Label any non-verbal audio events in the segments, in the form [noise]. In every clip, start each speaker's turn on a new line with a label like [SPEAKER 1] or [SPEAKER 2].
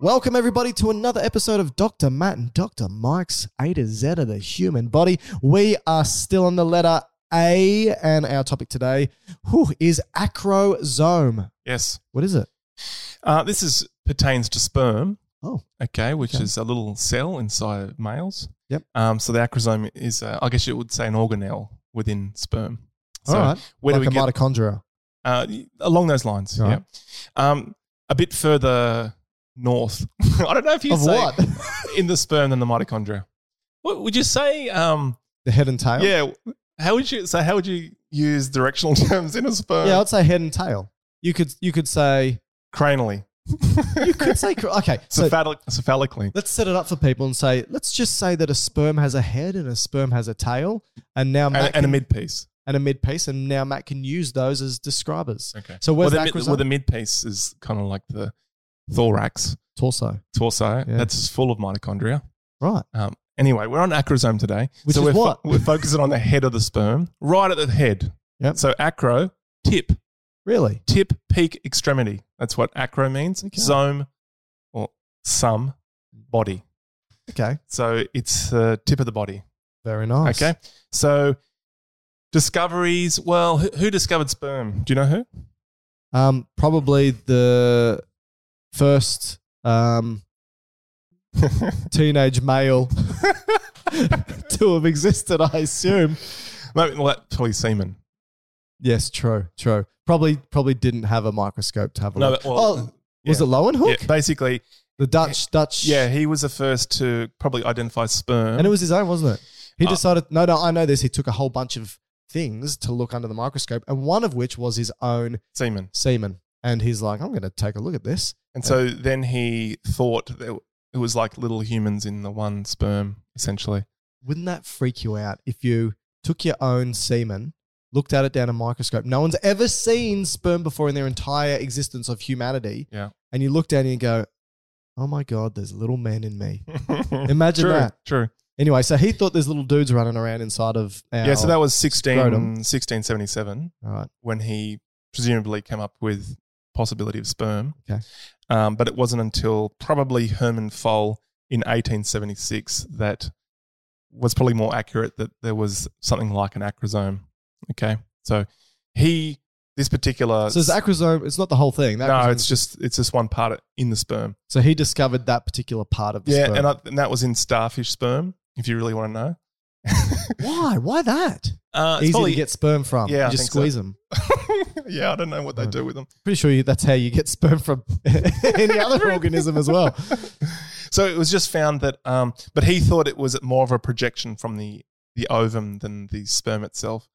[SPEAKER 1] Welcome, everybody, to another episode of Dr. Matt and Dr. Mike's A to Z of the human body. We are still on the letter A, and our topic today whew, is acrosome.
[SPEAKER 2] Yes.
[SPEAKER 1] What is it?
[SPEAKER 2] Uh, this is pertains to sperm,
[SPEAKER 1] Oh,
[SPEAKER 2] okay, which
[SPEAKER 1] Okay.
[SPEAKER 2] is a little cell inside of males.
[SPEAKER 1] Yep.
[SPEAKER 2] Um, so the acrosome is, uh, I guess you would say, an organelle within sperm. So
[SPEAKER 1] all right.
[SPEAKER 2] Where
[SPEAKER 1] like
[SPEAKER 2] do we
[SPEAKER 1] a
[SPEAKER 2] get
[SPEAKER 1] mitochondria.
[SPEAKER 2] uh, along those lines?
[SPEAKER 1] All
[SPEAKER 2] yeah.
[SPEAKER 1] right.
[SPEAKER 2] Um, a bit further north. [laughs] I don't know if you
[SPEAKER 1] Of
[SPEAKER 2] say
[SPEAKER 1] what? [laughs]
[SPEAKER 2] in the sperm than the mitochondria. What would you say? Um,
[SPEAKER 1] the head and tail?
[SPEAKER 2] yeah. How would you so? How would you use directional [laughs] terms in a sperm?
[SPEAKER 1] Yeah, I'd say head and tail. You could, you could say,
[SPEAKER 2] Cranally.
[SPEAKER 1] [laughs] you
[SPEAKER 2] [laughs]
[SPEAKER 1] could say, okay, so
[SPEAKER 2] Cephalic, cephalically.
[SPEAKER 1] let's set it up for people and say, let's just say that a sperm has a head and a sperm has a tail, and now Matt
[SPEAKER 2] And, and a
[SPEAKER 1] can-
[SPEAKER 2] mid piece.
[SPEAKER 1] and a mid piece, and now Matt can use those as describers.
[SPEAKER 2] Okay.
[SPEAKER 1] So where's
[SPEAKER 2] well,
[SPEAKER 1] the
[SPEAKER 2] the, mid,
[SPEAKER 1] acrosome?
[SPEAKER 2] well, the mid piece is kind of like the thorax,
[SPEAKER 1] Torso,
[SPEAKER 2] torso.
[SPEAKER 1] Yeah.
[SPEAKER 2] That's full of mitochondria.
[SPEAKER 1] right?
[SPEAKER 2] Um, anyway, we're on acrosome today.
[SPEAKER 1] Which
[SPEAKER 2] so
[SPEAKER 1] is
[SPEAKER 2] we're
[SPEAKER 1] what?
[SPEAKER 2] we're focusing on the head of the sperm, right at the head.
[SPEAKER 1] Yep.
[SPEAKER 2] So acro, tip,
[SPEAKER 1] Really?
[SPEAKER 2] tip, peak, extremity. That's what acro means.
[SPEAKER 1] Okay.
[SPEAKER 2] Zome, or some, body.
[SPEAKER 1] Okay.
[SPEAKER 2] So it's the tip of the body.
[SPEAKER 1] Very nice.
[SPEAKER 2] Okay. So discoveries. Well, who, who discovered sperm? Do you know who?
[SPEAKER 1] Um, probably the first
[SPEAKER 2] [laughs]
[SPEAKER 1] um, teenage male to have existed, I assume.
[SPEAKER 2] Maybe- Well, that's probably semen.
[SPEAKER 1] Yes, true, true. Probably, probably didn't have a microscope to have a
[SPEAKER 2] No,
[SPEAKER 1] look.
[SPEAKER 2] but- well,
[SPEAKER 1] oh, was
[SPEAKER 2] yeah.
[SPEAKER 1] it Leeuwenhoek?
[SPEAKER 2] Yeah, basically,
[SPEAKER 1] The Dutch, Dutch.
[SPEAKER 2] yeah, he was the first to probably identify sperm.
[SPEAKER 1] And it was his own, wasn't it? He
[SPEAKER 2] Uh,
[SPEAKER 1] decided, no, no, I know this. He took a whole bunch of things to look under the microscope, and one of which was his own
[SPEAKER 2] semen.
[SPEAKER 1] semen. And he's like, I'm going to take a look at this.
[SPEAKER 2] And so then he thought that it was like little humans in the one sperm, essentially.
[SPEAKER 1] Wouldn't that freak you out if you took your own semen, looked at it down a microscope? No one's ever seen sperm before in their entire existence of humanity.
[SPEAKER 2] Yeah.
[SPEAKER 1] And you look down and you go, oh my God, there's little men in me. Imagine
[SPEAKER 2] [laughs] true,
[SPEAKER 1] that.
[SPEAKER 2] True.
[SPEAKER 1] Anyway, so he thought there's little dudes running around inside of our.
[SPEAKER 2] Yeah, so that was 16,
[SPEAKER 1] Scrotum.
[SPEAKER 2] 1677
[SPEAKER 1] All right.
[SPEAKER 2] when he presumably came up with possibility of sperm.
[SPEAKER 1] Okay.
[SPEAKER 2] Um, but it wasn't until probably Herman Foll in 1876 that was probably more accurate that there was something like an acrosome. Okay. So he, this particular.
[SPEAKER 1] So it's acrosome, it's not the whole thing. The
[SPEAKER 2] no,
[SPEAKER 1] acrosome-
[SPEAKER 2] it's just it's just one part in the sperm.
[SPEAKER 1] So he discovered that particular part of the
[SPEAKER 2] Yeah,
[SPEAKER 1] sperm.
[SPEAKER 2] and, I, and that was in starfish sperm. If you really want to know,
[SPEAKER 1] [laughs] why? Why that?
[SPEAKER 2] uh,
[SPEAKER 1] Easy to get sperm from.
[SPEAKER 2] Yeah,
[SPEAKER 1] you
[SPEAKER 2] I
[SPEAKER 1] just
[SPEAKER 2] think so.
[SPEAKER 1] squeeze them.
[SPEAKER 2] [laughs] yeah, I don't know what they do with them.
[SPEAKER 1] Pretty sure you, that's how you get sperm from [laughs] any
[SPEAKER 2] [laughs]
[SPEAKER 1] other organism as well.
[SPEAKER 2] So it was just found that, um, but he thought it was more of a projection from the the ovum than the sperm itself.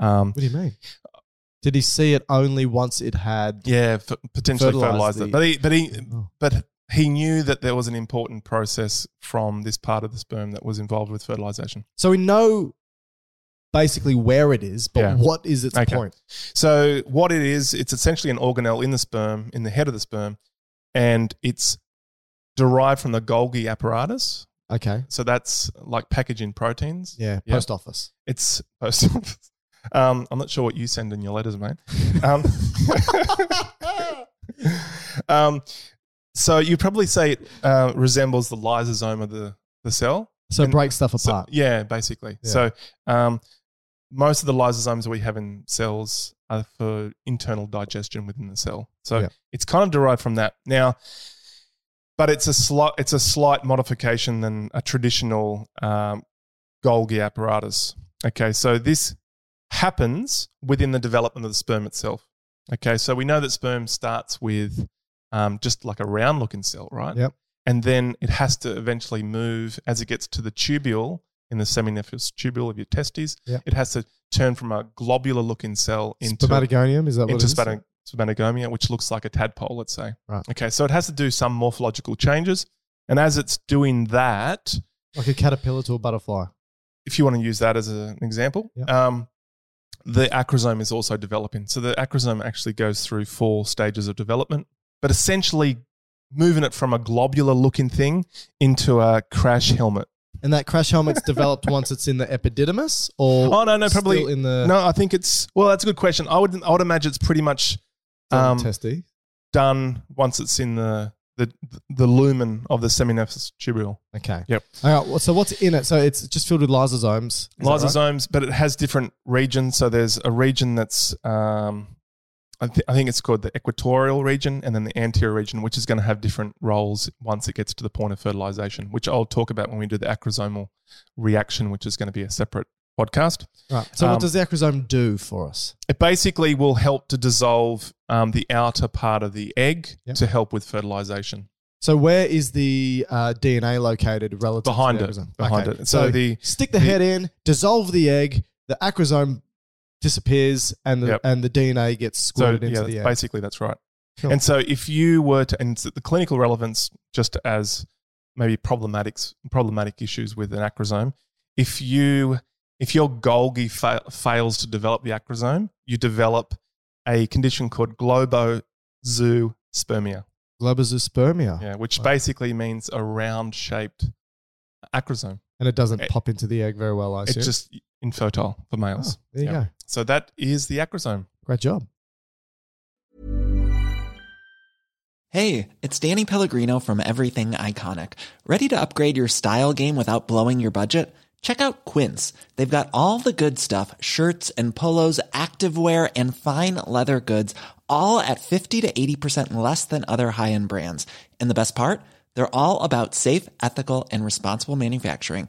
[SPEAKER 2] Um,
[SPEAKER 1] What do you mean? Did he see it only once it had?
[SPEAKER 2] yeah, f- potentially
[SPEAKER 1] Fertilized
[SPEAKER 2] fertilized
[SPEAKER 1] the-
[SPEAKER 2] it, but he but he
[SPEAKER 1] Oh,
[SPEAKER 2] but he knew that there was an important process from this part of the sperm that was involved with fertilization.
[SPEAKER 1] So we know basically where it is, but
[SPEAKER 2] Yeah.
[SPEAKER 1] what is its
[SPEAKER 2] Okay.
[SPEAKER 1] point?
[SPEAKER 2] So what it is, it's essentially an organelle in the sperm, in the head of the sperm, and it's derived from the Golgi apparatus.
[SPEAKER 1] Okay.
[SPEAKER 2] So that's like packaging proteins.
[SPEAKER 1] Yeah.
[SPEAKER 2] Yeah.
[SPEAKER 1] Post office.
[SPEAKER 2] It's post office. [laughs] Um, I'm not sure what you send in your letters, mate. Um, [laughs] um, so you probably say it uh, resembles the lysosome of the, the cell.
[SPEAKER 1] So
[SPEAKER 2] And-
[SPEAKER 1] break stuff
[SPEAKER 2] So-
[SPEAKER 1] apart.
[SPEAKER 2] yeah, basically.
[SPEAKER 1] Yeah.
[SPEAKER 2] So um, most of the lysosomes we have in cells are for internal digestion within the cell. So
[SPEAKER 1] Yeah.
[SPEAKER 2] it's kind of derived from that. Now, but it's a slight it's a slight modification than a traditional um, Golgi apparatus. Okay, so this happens within the development of the sperm itself. Okay, so we know that sperm starts with um, just like a round looking cell, right?
[SPEAKER 1] Yep.
[SPEAKER 2] And then it has to eventually move as it gets to the tubule in the seminephrous tubule of your testes.
[SPEAKER 1] Yep.
[SPEAKER 2] It has to turn from a globular looking cell into
[SPEAKER 1] Spermatogonium, is that what it
[SPEAKER 2] into
[SPEAKER 1] is?
[SPEAKER 2] spermato- spermatogomia, which looks like a tadpole, let's say.
[SPEAKER 1] Right.
[SPEAKER 2] Okay, so it has to do some morphological changes. And as it's doing that,
[SPEAKER 1] like a caterpillar to a butterfly.
[SPEAKER 2] if you want to use that as an example,
[SPEAKER 1] Yep.
[SPEAKER 2] um, the acrosome is also developing. So the acrosome actually goes through four stages of development, but essentially moving it from a globular looking thing into a crash helmet.
[SPEAKER 1] And that crash helmet's
[SPEAKER 2] [laughs]
[SPEAKER 1] developed once it's in the epididymis or
[SPEAKER 2] Oh, no, no,
[SPEAKER 1] still
[SPEAKER 2] probably-
[SPEAKER 1] in the
[SPEAKER 2] No, I think it's, well, that's a good question. I would, I would imagine it's pretty much um,
[SPEAKER 1] testy.
[SPEAKER 2] done once it's in the, the, the lumen of the seminephrous tubule.
[SPEAKER 1] Okay.
[SPEAKER 2] Yep.
[SPEAKER 1] All right. well, So what's in it? So it's just filled with lysosomes. Is that right?
[SPEAKER 2] lysosomes, but it has different regions. So there's a region that's, um, I, th- I think it's called the equatorial region, and then the anterior region, which is going to have different roles once it gets to the point of fertilization, which I'll talk about when we do the acrosomal reaction, which is going to be a separate podcast.
[SPEAKER 1] Right. So what
[SPEAKER 2] Um,
[SPEAKER 1] does the acrosome do for us?
[SPEAKER 2] It basically will help to dissolve um, the outer part of the egg
[SPEAKER 1] Yep.
[SPEAKER 2] to help with fertilization.
[SPEAKER 1] So where is the uh, DNA located relative
[SPEAKER 2] Behind
[SPEAKER 1] to
[SPEAKER 2] it,
[SPEAKER 1] the acrosome?
[SPEAKER 2] behind it. So the-
[SPEAKER 1] stick the,
[SPEAKER 2] the-
[SPEAKER 1] head in, dissolve the egg, the acrosome disappears, and the
[SPEAKER 2] Yep.
[SPEAKER 1] and the DNA gets
[SPEAKER 2] So
[SPEAKER 1] squirted into
[SPEAKER 2] yeah,
[SPEAKER 1] the egg.
[SPEAKER 2] basically that's right.
[SPEAKER 1] Cool.
[SPEAKER 2] And so if you were to, and so the clinical relevance, just as maybe problematics, problematic issues with an acrosome, if you if your Golgi fa- fails to develop the acrosome, you develop a condition called globozoospermia,
[SPEAKER 1] Globosospermia,
[SPEAKER 2] yeah, which
[SPEAKER 1] Oh, Wow.
[SPEAKER 2] basically means a round-shaped acrosome.
[SPEAKER 1] and it doesn't
[SPEAKER 2] It-
[SPEAKER 1] pop into the egg very well. I
[SPEAKER 2] It's
[SPEAKER 1] assume.
[SPEAKER 2] just infertile
[SPEAKER 1] Oh,
[SPEAKER 2] for males.
[SPEAKER 1] there you
[SPEAKER 2] Yeah.
[SPEAKER 1] go.
[SPEAKER 2] So that is the acrosome.
[SPEAKER 1] Great job.
[SPEAKER 3] Hey, it's Danny Pellegrino from Everything Iconic. Ready to upgrade your style game without blowing your budget? Check out Quince. They've got all the good stuff shirts and polos, activewear, and fine leather goods, all at 50 to 80% less than other high end brands. And the best part? They're all about safe, ethical, and responsible manufacturing.